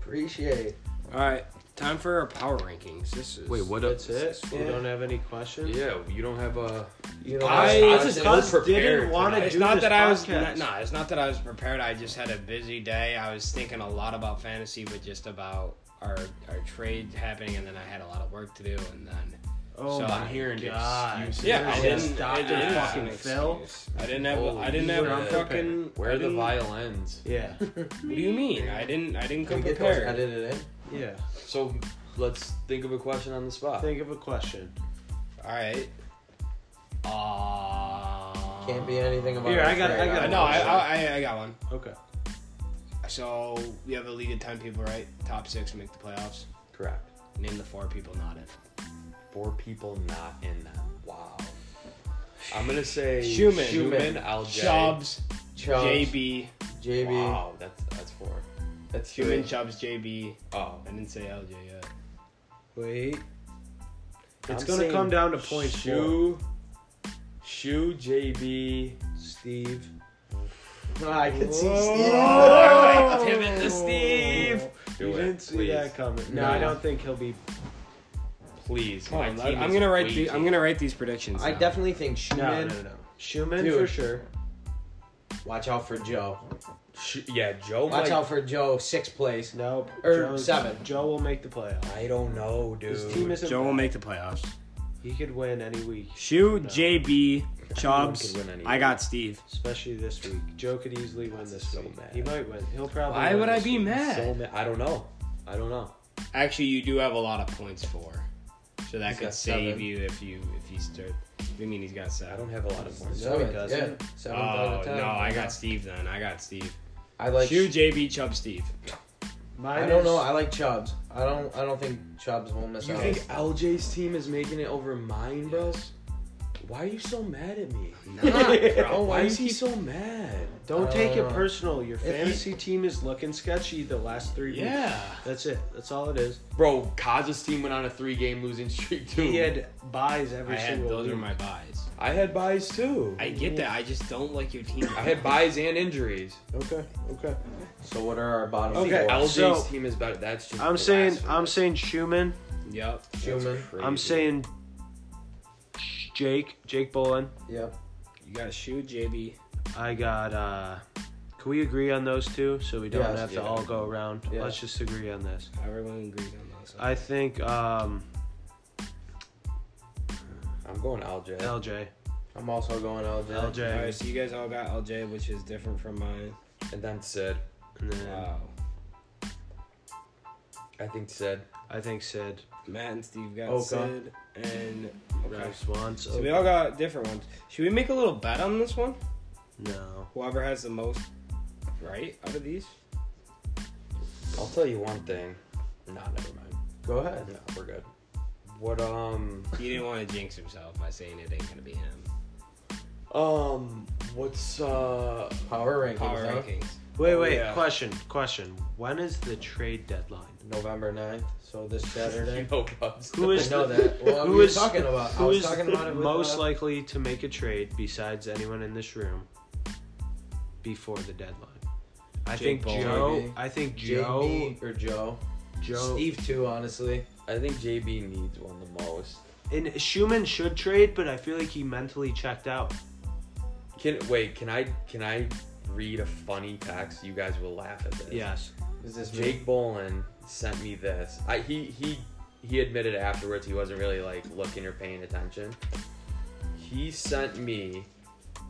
C: Appreciate.
A: All right, time for our power rankings. This is.
E: Wait, what?
D: That's it. We
C: Yeah.
D: don't have any questions.
E: Yeah, you don't have a.
C: You
A: I-
C: that's-
A: this is
E: Kaz
C: that's-
D: Cuz
E: prepared
D: didn't want to
A: It's
D: do
A: not
D: this
A: that I was
D: podcast.
A: no, it's not that I was prepared. I just had a busy day. I was thinking a lot about fantasy, but just about our our trade happening, and then I had a lot of work to do, and then
D: Oh
A: So
D: my
A: I'm
E: hearing
D: God.
E: excuses.
A: yeah, I
D: Yes,
A: didn't. I
D: Dr.
A: didn't have
D: fucking
A: an
D: Phil.
A: excuse. I didn't have.
C: Oh,
A: I didn't
D: Holy
A: have
D: shit.
A: fucking.
E: Where
A: I
E: are the
A: didn't-
E: violins?
D: Yeah,
A: What do you mean? I didn't. I didn't
C: Can
A: come
C: we get those
A: prepared.
C: edited in?
D: yeah.
E: So let's think of a question on the spot.
D: Think of a question.
A: All right. Uh,
C: Can't be anything about.
D: Here,
C: our
D: I got-
C: trade.
D: I got-
A: No, I, I I got one.
D: Okay.
A: So we have a league of ten people, right? Top six make the playoffs.
E: Correct.
A: Name the four people not in.
E: Four people not in them. Wow. I'm gonna say
A: Schumann.
E: Schumann, LJ.
A: Chubbs,
C: Chubbs,
A: JB,
C: JB.
E: Wow, that's that's four.
C: That's
A: Schumann,
C: three.
A: Chubbs, JB.
E: Oh,
A: I didn't say LJ yet.
D: Wait. It's
E: I'm
D: gonna
E: saying
D: come down to point four.
E: Shu, Shu, JB.
D: Steve.
C: I can see
E: Oh,
C: Steve.
E: pivot to Steve. Do
D: you
E: it,
D: didn't see
E: please.
D: that coming. No, I
C: No.
D: don't think he'll be.
E: Please,
A: Come
E: my
A: on,
E: team
A: I'm
E: is
A: gonna write
E: waiting.
A: the, I'm gonna write these predictions.
C: I
A: now.
C: definitely think
D: No,
C: Schumann.
D: no, no. Schumann
C: Dude.
D: for sure.
C: Watch out for Joe.
E: Sh- yeah,
D: Oh,
E: Joe.
C: Watch
E: might-
C: out for Joe. Sixth place.
D: Nope.
C: Or
D: Joe's-
C: seven.
D: Joe will make the playoffs.
E: I don't know, dude.
D: His team isn't.
A: Joe will make the playoffs.
D: He could win any week,
A: Shoe, JB, Chubbs.
E: Anyone can win any
A: I got Steve.
D: especially this week. Joe could easily win this
E: so
D: week.
E: mad.
D: He might win. He'll probably.
A: Why
D: win
A: would I
D: this
A: be
D: week.
A: mad?
E: So ma- I don't know. I don't know.
A: Actually, you do have a lot of points for, so that
C: He's
A: could
C: got
A: save
C: seven.
A: you if you if you start. You mean he's got
E: I
A: seven?
E: don't have a lot of points.
D: No, he
C: Seventh,
D: doesn't.
C: Yeah. Seventh out
A: Oh
C: of ten.
A: no, I got Steve then. I got Steve.
C: I like.
A: Shoe, JB, Chubb, Steve.
D: Mine
C: I don't
D: is-
C: know. I like Chubbs. I don't. I don't think Chubbs will miss
E: You
C: out.
E: think LJ's team is making it over mine, bro? Why are you so mad at me?
A: bro.
E: Oh, why
C: you
E: is he so mad?
D: Don't take it
C: Uh,
D: personal. Your
C: he-
D: fantasy team is looking sketchy the last three weeks.
A: Yeah.
D: That's it. That's all it is.
E: Bro, Kaz's team went on a three-game losing streak too.
D: He had buys every
A: I had
D: single
A: those
D: week.
A: are my buys.
E: I had buys too.
A: I get that. I just don't like your team.
E: I had buys and injuries.
D: Okay. Okay.
C: So what are our bottom
D: Okay,
C: four?
E: LJ's
D: so-
E: team is better. That's just.
D: I'm saying
E: blasphemy.
D: I'm saying Schumann.
A: Yep.
E: That's
C: Schumann.
E: crazy.
D: I'm saying Jake. Jake Bolin.
C: Yep.
A: You got shoe, JB.
D: I got. uh Can we agree on those two so we don't
C: Yes.
D: have
E: Yeah.
D: to all go around?
C: Yeah.
D: Let's just agree on this.
A: Everyone agrees on those.
D: I think um
E: I'm going LJ.
D: LJ.
C: I'm also going LJ.
D: LJ.
A: All right, so you guys all got LJ, which is different from mine.
B: and then Sid.
D: And then
A: Wow.
B: I think Sid.
D: I think Sid,
A: Matt and Steve got
C: Oka.
A: Sid and
D: Rob Swan.
A: So we all got different ones. Should we make a little bet on this one?
D: no.
A: Whoever has the most right out of these?
B: I'll tell you one thing. No, never mind.
C: Go ahead.
B: No, we're good. What um
A: He didn't want to jinx himself by saying it ain't gonna be him.
B: um what's uh
C: Power rankings.
A: Power
C: huh?
A: rankings.
D: Wait,
A: Oh,
D: wait.
A: yeah.
D: Question, question. When is the trade deadline?
C: November 9th, so this Saturday.
B: no bugs?
D: Who is
C: I know
D: the-
C: that. Well,
D: who
C: we were
D: is-
C: talking about? I
D: Who
C: was
D: is
C: talking about it with,
D: most
C: uh,
D: likely to make a trade besides anyone in this room before the deadline? I
A: Jake
D: think
A: Paul.
D: Joe.
C: JB.
D: I think Joe.
C: JB or Joe.
D: Joe.
C: Steve too, honestly.
B: I think JB needs one the most.
D: And Schumann should trade, but I feel like he mentally checked out.
B: Can wait? Can I can I read a funny text? You guys will laugh at this.
D: Yes.
C: Is this me?
B: Jake Bolin sent me this. I he he he admitted afterwards he wasn't really like looking or paying attention. He sent me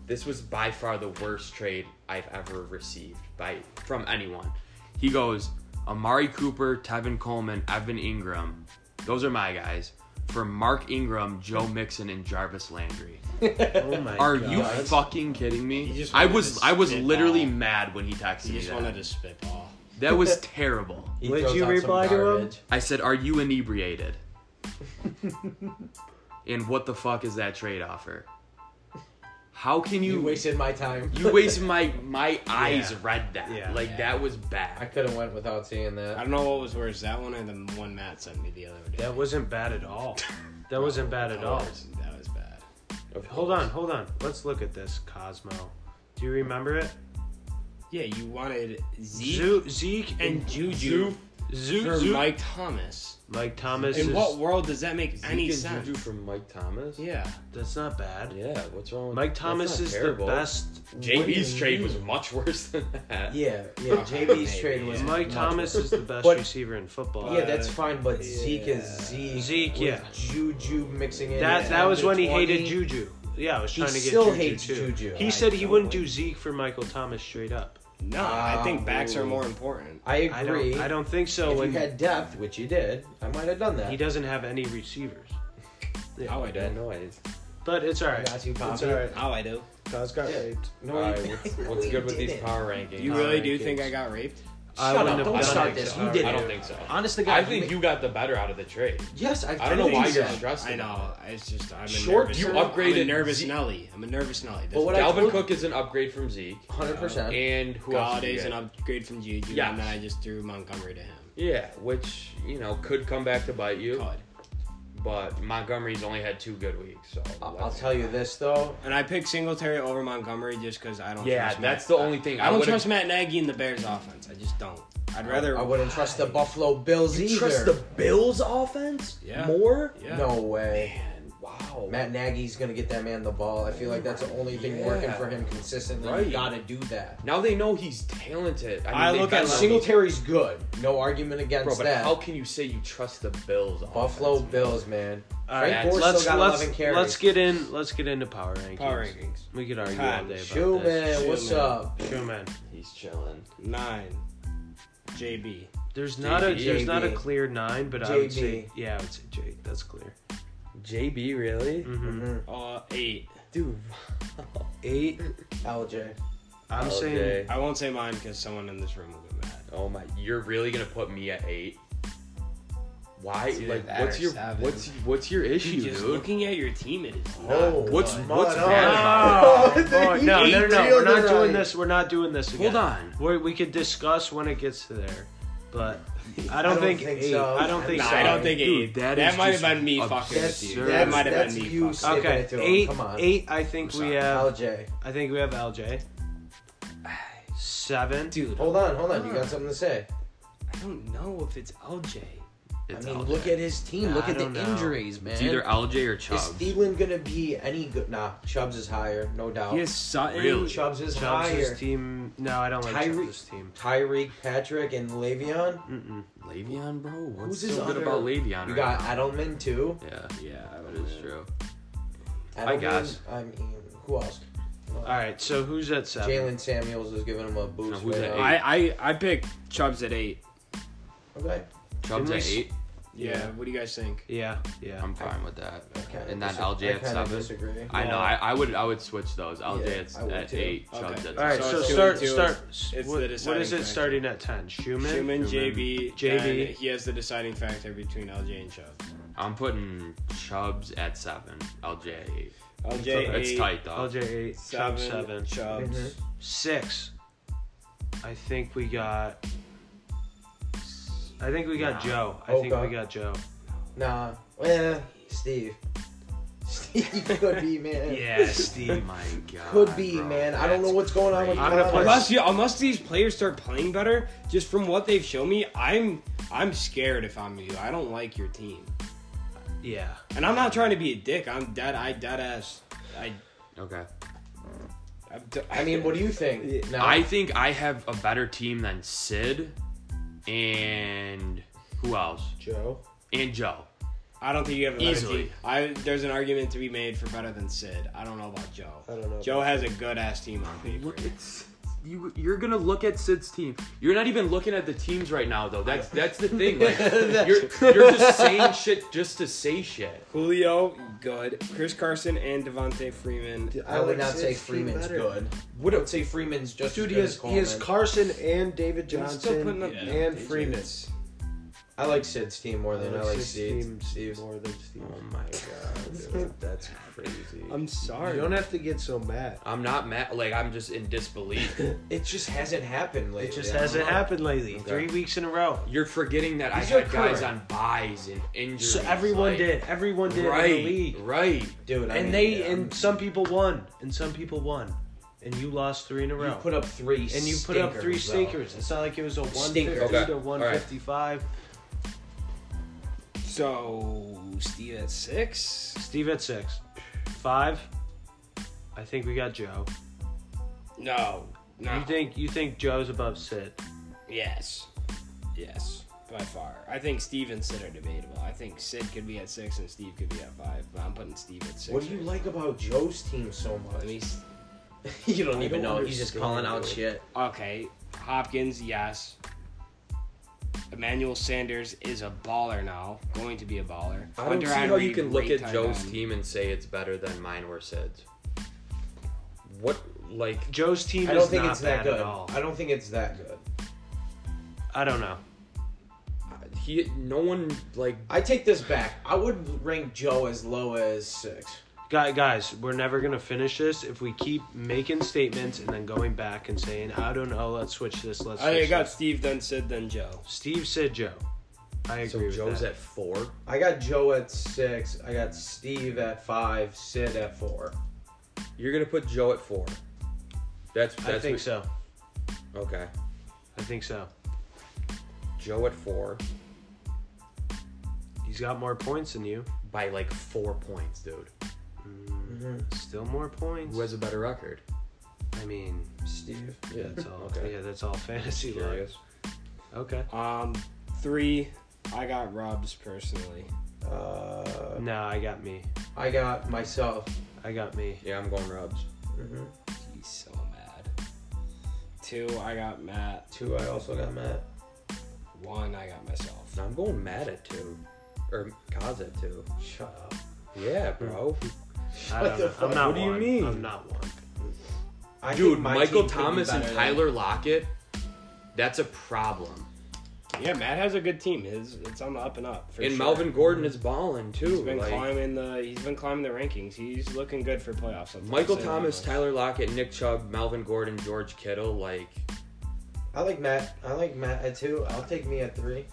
B: this was by far the worst trade I've ever received by from anyone. He goes, Amari Cooper, Tevin Coleman, Evan Ingram. Those are my guys. For Mark Ingram, Joe Mixon, and Jarvis Landry.
D: Oh my
B: Are
D: god.
B: you fucking kidding
A: He
B: me?
A: just
B: I
A: wanted
B: was
A: to
B: I was
A: spitball.
B: literally mad when he texted
A: He
B: me
A: just
B: that.
A: wanted to spitball.
B: That was terrible.
C: He
D: Would
C: throws
D: you
C: out some
D: reply to him?
C: garbage.
B: I said, "Are you inebriated?" and what the fuck is that trade offer? How can
C: You
B: you
C: wasted my time.
B: you wasted my my eyes
D: Yeah.
B: read that
D: Yeah.
B: like
A: Yeah.
B: that was
C: I
B: bad.
C: could have went without seeing
A: I
C: that.
A: don't know what was worse, that one or the one Matt sent me the other day.
D: That wasn't bad at all. That wasn't bad at
A: That
D: all.
A: was- That was bad.
D: Hold on, hold on. Let's look at this, Cosmo. Do you remember it?
A: Yeah, you wanted Zeke
D: Zeke, Zeke and
A: and Juju
D: Zeke,
A: for
D: Zeke. Mike,
A: Mike Thomas.
D: Thomas
A: In
D: is.
A: what world does that make any
B: Zeke and
A: sense?
B: Juju from Mike Thomas?
A: Yeah.
D: That's not bad.
B: Yeah, what's wrong with
D: Mike
B: that's
D: Thomas
B: not
D: is
B: terrible.
D: the best.
C: What do you
B: JB's trade was
C: mean?
B: much worse than that.
C: Yeah, yeah. JB's trade was
D: Mike
C: much
D: Thomas
C: worse.
D: is the best
C: But-
D: receiver in football.
C: Yeah, that's fine, but Zeke is
A: Yeah.
C: Zeke.
D: Zeke,
C: with
D: yeah.
C: Juju mixing in.
D: That
C: at
D: that was when he
C: 20.
D: hated Juju. Yeah, I was
C: He
D: trying to get
C: still
D: Juju
C: hates
D: too.
C: Juju.
D: He
C: I
D: said he
A: don't
D: wouldn't
A: like-
D: do Zeke for Michael Thomas straight up.
A: No, I think backs are
C: Wow.
A: more important.
C: I
D: I
C: agree.
D: don't. I don't think so.
C: If
D: when
C: you had depth, which you did, I might have done that.
D: he doesn't have any receivers,
A: How I
B: That
A: do.
B: noise.
D: but it's all
C: I
D: right.
C: got you, Poppy.
A: How I do.
D: Cos got
C: Yeah.
D: raped.
C: No,
B: All
C: you
B: right, what's,
C: didn't.
B: what's
C: You
B: good with these
C: didn't.
B: power rankings?
A: You
B: Power
A: really do think
B: rankings.
A: I got raped?
D: I
C: Shut
D: wouldn't
C: up!
D: have
C: Don't
D: done
C: start
D: it.
C: this.
D: I
C: You did
B: I
C: it.
B: don't think so.
C: Honest to God,
B: I
C: you
B: think
C: ma-
B: you got the better out of the trade.
C: Yes, I.
B: I don't know
C: think
B: why
C: so.
B: you're stressed.
A: I
B: about
A: know.
B: it.
A: It's just I'm a
B: Short,
A: nervous.
B: you
A: I'm a
B: upgraded
A: nervous
B: Zeke.
A: Nelly. I'm a nervous Nelly.
C: But what I
B: Dalvin
C: told-
B: Cook is an upgrade from Zeke.
C: Hundred percent.
B: And who else? did you
A: Galladay's an
B: get?
A: upgrade from Juju,
B: Yes.
A: and then I just threw Montgomery to him.
B: Yeah, which you know could come back to bite you.
A: God.
B: But Montgomery's only had two good weeks, so
C: I'll I'll tell you this though.
A: And I picked Singletary over Montgomery just because I don't.
B: Yeah,
A: trust
B: that's
A: Matt.
B: the only thing
A: I,
B: I
A: don't
B: would've-
A: trust Matt Nagy in the Bears offense. I just don't. I'd rather.
C: I wouldn't trust the Buffalo Bills either.
B: Bills offense
A: Yeah.
B: more.
A: Yeah.
C: No way.
B: Man, wow.
C: Matt Nagy's gonna get that man the ball. I feel like that's the only thing
B: Yeah.
C: working for him consistently.
B: Right.
C: You gotta do that.
B: Now they know he's talented. I, mean,
A: I
B: they
A: look at
B: bet on him.
C: Singletary's good. No argument
B: bro,
C: against
B: but
C: that.
B: how can you say you trust the Bills? Offense?
C: Buffalo Bills, man.
D: All
C: Frank
D: right,
C: Gore
D: let's
C: still got
D: let's
C: 11 carries.
D: let's get in. Let's get into power rankings.
A: Power rankings.
D: We could argue all
A: Time.
D: day about this.
C: Schumann, what's
A: Schumann.
C: up?
D: Schumann.
B: He's chilling.
A: Nine. JB.
D: There's not a
B: JB.
D: there's not a clear nine, but I would say
C: JB.
D: yeah, I would say Jake. That's clear.
B: JB really?
D: hmm
C: Mm-hmm.
A: Uh, eight.
B: Dude.
D: Eight.
C: LJ.
D: I'm
B: Okay.
D: saying
A: I won't say mine because someone in this room will get mad.
B: Oh my! You're really gonna put me at eight? Why?
A: It's either
B: like,
A: that
B: what's
A: or
B: your
A: seven.
B: what's what's your issue,
A: just
B: dude?
A: looking at your team, it is not.
C: Oh,
B: What's
C: my.
B: what's
D: no.
B: bad about it?
D: Oh, no,
C: Oh,
D: no, no, no,
C: deal
D: We're not
C: tonight.
D: doing this. We're not doing this again.
B: Hold on.
D: We're, we could discuss when it gets to there, but I don't,
C: don't
D: think,
C: think
D: eight.
C: so.
D: I don't think
A: Nah,
D: so.
A: I don't think
B: Dude,
A: eight.
B: that
A: That,
B: is
A: might have
B: just
A: been me fucking
B: absurd.
A: with you.
B: That's-
A: that might have
C: that's
A: been me. fucking.
C: you saying- Give
D: Okay,
C: it to him.
D: eight.
C: Come on.
D: Eight. I think
A: I'm
D: we
A: sorry.
D: have.
C: LJ.
D: I think we have LJ. Seven.
A: Dude,
C: Hold on, hold on. You got something to say?
A: I don't know if it's LJ.
B: It's
C: I mean,
B: LJ.
C: look at his team.
D: Nah,
C: look
D: I
C: at the
D: don't know.
C: injuries, man.
B: It's either LJ or
C: Is
B: Chubb.
C: Thielen gonna be any good? Nah, Chubbs is higher, no doubt.
A: He has Sutton.
B: Really?
C: Chubbs is higher.
D: Chubbs' team. No, I don't like
C: Tyreek-
D: Chubbs' team.
C: Tyreek, Patrick, and Le'Veon.
D: Mm-mm.
B: Le'Veon, bro. What's
C: Who's his
B: so good
C: other-
B: about Le'Veon?
C: You
B: Right
C: got Edelman too.
B: now? Yeah,
A: Yeah, I
B: that is true.
C: Edelman,
B: I guess.
C: I mean, who else? Uh,
D: All right, so who's at seven?
C: Jalen Samuels is giving him a boost.
B: who's
C: right
B: at
C: now.
B: eight?
A: I, I I picked Chubbs at eight.
C: Okay.
B: Chubb's at
D: Didn't we s-
B: eight.
A: Yeah.
D: Yeah.
A: What do you guys think?
D: Yeah, yeah.
B: I'm fine with that.
C: I kinda
B: And then
C: dis-
B: LJ at
C: I kinda
B: seven?
C: disagree.
B: I know.
D: Yeah.
B: I, I would. I would switch those. LJ
C: Yeah, I
B: at,
C: would
B: at
C: too.
B: eight.
A: Okay.
B: Chubb's at
D: All right,
A: So
D: so,
A: it's two
D: start
A: and two.
D: start.
A: It's
D: what-
A: the
D: what
A: deciding
D: is it
A: factor.
D: starting at ten? Schumann.
A: Schumann,
B: Schumann.
A: JB,
D: JB.
A: and He has the deciding factor between LJ and Chubb.
B: I'm putting Chubbs at seven. LJ at eight.
A: LJ
B: It's
A: eight,
B: tight though.
D: LJ eight. Chubb seven.
A: Chubbs.
C: Mhm.
D: Six. I think we got. I think we got
B: Nah.
D: Joe. I think
C: Okay.
D: we got Joe.
C: Nah. Well, Steve. Steve could be man.
D: Yeah,
B: Oh
D: Steve.
B: my God.
C: Could be,
B: bro.
C: man. I don't know
B: That's
C: what's going on with
D: I'm gonna
C: Giannis.
D: put-
A: Unless you, unless these players start playing better, just from what they've shown me, I'm I'm scared if I'm you. I don't like your team,
D: yeah.
A: and I'm not trying to be a dick. I'm dead. I dead ass. I.
B: Okay.
A: I'm d-
C: I mean, what do you think? Now,
B: I think I have a better team than Sid and who else?
C: Joe.
B: And Joe.
A: I don't think you have a better
B: Easily.
A: team. I there's an argument to be made for better than Sid. I don't know about Joe.
C: I don't know.
A: Joe has a good ass team on paper.
B: it's you. You're gonna look at Sid's team. You're not even looking at the teams right now, though. That's that's the thing. Like, you're you're just saying shit just to say shit.
A: Julio, good. Chris Carson and Devontae Freeman.
C: I would not say Freeman's good. Would I would say Freeman's just
E: Dude,
C: as
E: he
C: good
E: has,
C: as
E: he has
C: Coleman.
E: Carson and David
A: He's
E: Johnson
A: still putting up-
E: and
A: Yeah.
E: Freeman.
C: I like Sid's team more than I like
E: his team
C: Steve. Steve's.
E: more than Steve.
D: Oh,
B: Oh my
E: dude,
B: that's crazy.
A: I'm
E: You
A: sorry.
E: don't have to get so mad.
B: I'm not mad. Like I'm just in disbelief.
C: It just hasn't happened lately.
D: It just
C: I don't
D: hasn't
C: know.
D: happened lately.
B: Okay.
D: Three weeks in a row.
B: You're forgetting that
D: These
B: I
D: are
B: had guys on
D: current.
B: buys and injuries.
D: So everyone
B: like-
D: did. Everyone did
B: Right.
D: in the league.
B: Right.
C: dude. I mean,
D: And they
C: yeah,
D: and some people won, and some people won, and you lost three in a
C: you
D: row.
C: put up three,
D: and you put up three
C: stinkers, though.
D: stinkers. It's not like it was a one fifty
C: Stinkers.
B: Okay.
D: to
B: All right.
D: one fifty five.
A: So Steve at six.
D: Steve at six, five. I think we got Joe.
A: No. No.
D: You think you think Joe's above Sid?
A: Yes. Yes. By far. I think Steve and Sid are debatable. I think Sid could be at six and Steve could be at five, but I'm putting Steve at six.
C: What do you like about Joe's team so much?
A: Let me s-
C: you
E: I
C: don't even
E: don't
C: know. He's just
E: understand,
C: calling out
E: dude.
C: shit.
A: Okay. Hopkins, yes. Emmanuel Sanders is a baller now. Going to be a baller.
B: I don't
A: Hunter
B: see how you
A: Henry,
B: can look
A: great
B: at
A: tight
B: Joe's
A: end.
B: team and say it's better than mine or Sid's. What like
D: Joe's team
C: I don't
D: is
C: think
D: not
C: it's that
D: bad
C: good.
D: at all.
C: I don't think it's that good.
D: I don't know.
B: he no one like
C: I take this back. I would rank Joe as low as six.
D: Guy- Guys, we're never gonna finish this if we keep making statements and then going back and saying, "I don't know. Let's switch this. Let's."
A: I
D: switch
A: got
D: this."
A: Steve, then Sid, then Joe.
D: Steve said Joe. I agree
B: so
D: with
B: Joe's
D: that.
B: at four.
C: I got Joe at six. I got Steve at five. Sid at four.
B: You're gonna put Joe at four. That's that's
D: I think
B: what-
D: so.
B: Okay.
D: I think so.
B: Joe at four
D: He's got more points than you.
B: by like four points, dude.
D: Mm-hmm.
A: Mm-hmm.
D: Still more points.
B: Who has a better record?
D: I mean,
C: Steve.
D: yeah, that's all.
B: Okay.
D: Yeah, that's all fantasy luck.
B: Curious.
D: Okay.
A: Um, three. I got Rubs personally.
C: Uh,
D: No, I got me.
C: I got myself.
D: I got me.
B: Yeah, I'm going Rubs.
A: He's so mad. Two. I got Matt.
C: Two. I also got Matt.
A: One. I got myself.
B: No, I'm going Matt at two, or Kaz at two.
C: Shut up.
B: Yeah, bro.
D: I
C: What
D: don't
C: the
D: know.
C: fuck?
D: I'm not
B: What do you
D: one.
B: mean?
D: I'm not one.
C: I
B: Dude,
C: think my team
B: Michael
C: could be
B: Thomas and
C: better than-
B: Tyler Lockett. That's a problem.
A: Yeah, Matt has a good team. His it's on the up and up. For
B: and
A: sure.
B: Melvin Gordon is balling too.
A: He's been
B: like,
A: climbing the. He's been climbing the rankings. He's looking good for playoffs. I'll
B: Michael
A: say that
B: Thomas,
A: much.
B: Tyler Lockett, Nick Chubb, Melvin Gordon, George Kittle, like
C: I like Matt. I like Matt at two. I'll take me at three.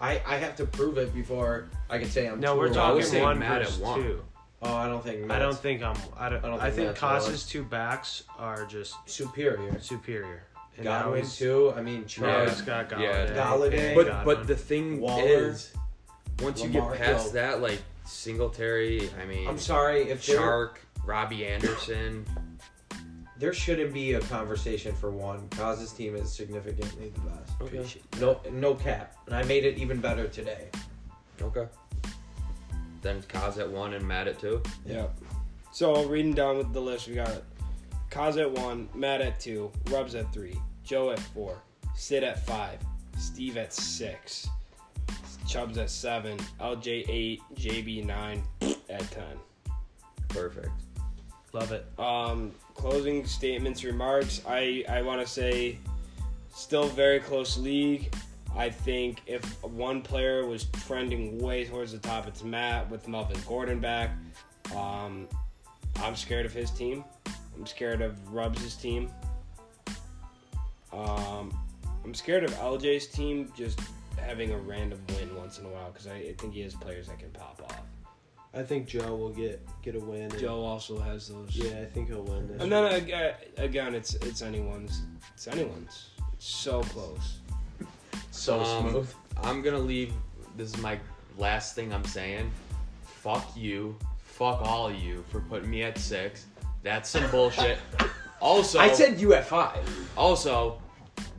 C: I I have to prove it before I can say I'm.
D: No,
C: two
D: we're
C: or
B: I was
D: talking
B: saying
D: one
B: Matt at
D: versus
B: one.
D: two.
C: Oh, I don't think.
D: I
C: Matt's
D: don't think I'm. I don't. I,
C: I don't think
D: think
C: Matt's valid.
D: Cos's two backs are just
C: superior.
D: superior. And
C: Godwin
D: now
C: too. I mean,
D: Now
C: Chubb.
D: he's got Galladay.
B: Yeah.
C: Galladay.
D: and
B: But
D: Godwin.
B: but the thing
C: Waller,
B: is, once
C: Lamar,
B: you get past
C: yo.
B: that, like Singletary, I mean,
C: I'm sorry if there,
B: Shark, Robbie Anderson.
C: there shouldn't be a conversation for one. Cause's team is significantly the best.
B: Okay.
C: No, no cap, and I made it even better today.
B: Okay. Then Kaz at one and Matt at two.
A: Yep. So reading down with the list, we got Kaz at one, Matt at two, Rubs at three, Joe at four, Sid at five, Steve at six, Chubbs at seven, LJ eight, JB nine, at ten.
E: Perfect.
D: Love it.
A: Um, closing statements, remarks. I I want to say, still very close league. I think if one player was trending way towards the top, it's Matt with Melvin Gordon back. Um, I'm scared of his team. I'm scared of Rubs' team. Um, I'm scared of LJ's team just having a random win once in a while because I, I think he has players that can pop off.
B: I think Joe will get get a win. and-
A: Joe also has those.
B: Yeah, I think he'll win. This
A: And then ag- uh, again, it's it's anyone's. It's anyone's. It's so close.
C: So
E: Um,
C: smooth.
E: I'm gonna leave. This is my last thing I'm saying. Fuck you. Fuck all of you for putting me at six. That's some bullshit. Also,
C: I said you at five.
E: Also,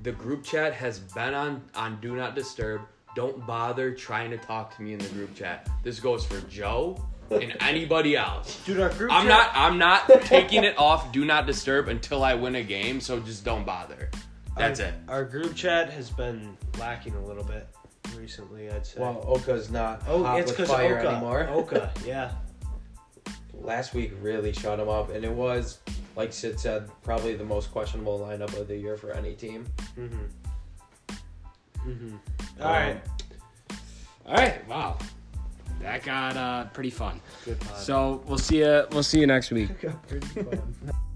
E: the group chat has been on on Do Not Disturb. Don't bother trying to talk to me in the group chat. This goes for Joe and anybody else.
B: dude, our group
E: I'm
B: chat-
E: not I'm not taking it off Do Not Disturb until I win a game, so just don't bother. That's
D: our,
E: it.
D: Our group chat has been lacking a little bit recently, I'd say.
C: Well, Oka's not
D: oh,
C: hot
D: it's
C: with
D: because
C: fire
D: Oka. Oh,
C: anymore.
D: Oka, yeah.
C: Last week really shut him up, and it was, like Sid said, probably the most questionable lineup of the year for any team.
D: Mm-hmm. Mm-hmm.
A: All right. All right. Wow. That got uh, pretty fun.
D: Good pod.
A: So we'll see you. We'll see you next week.
B: Got pretty fun.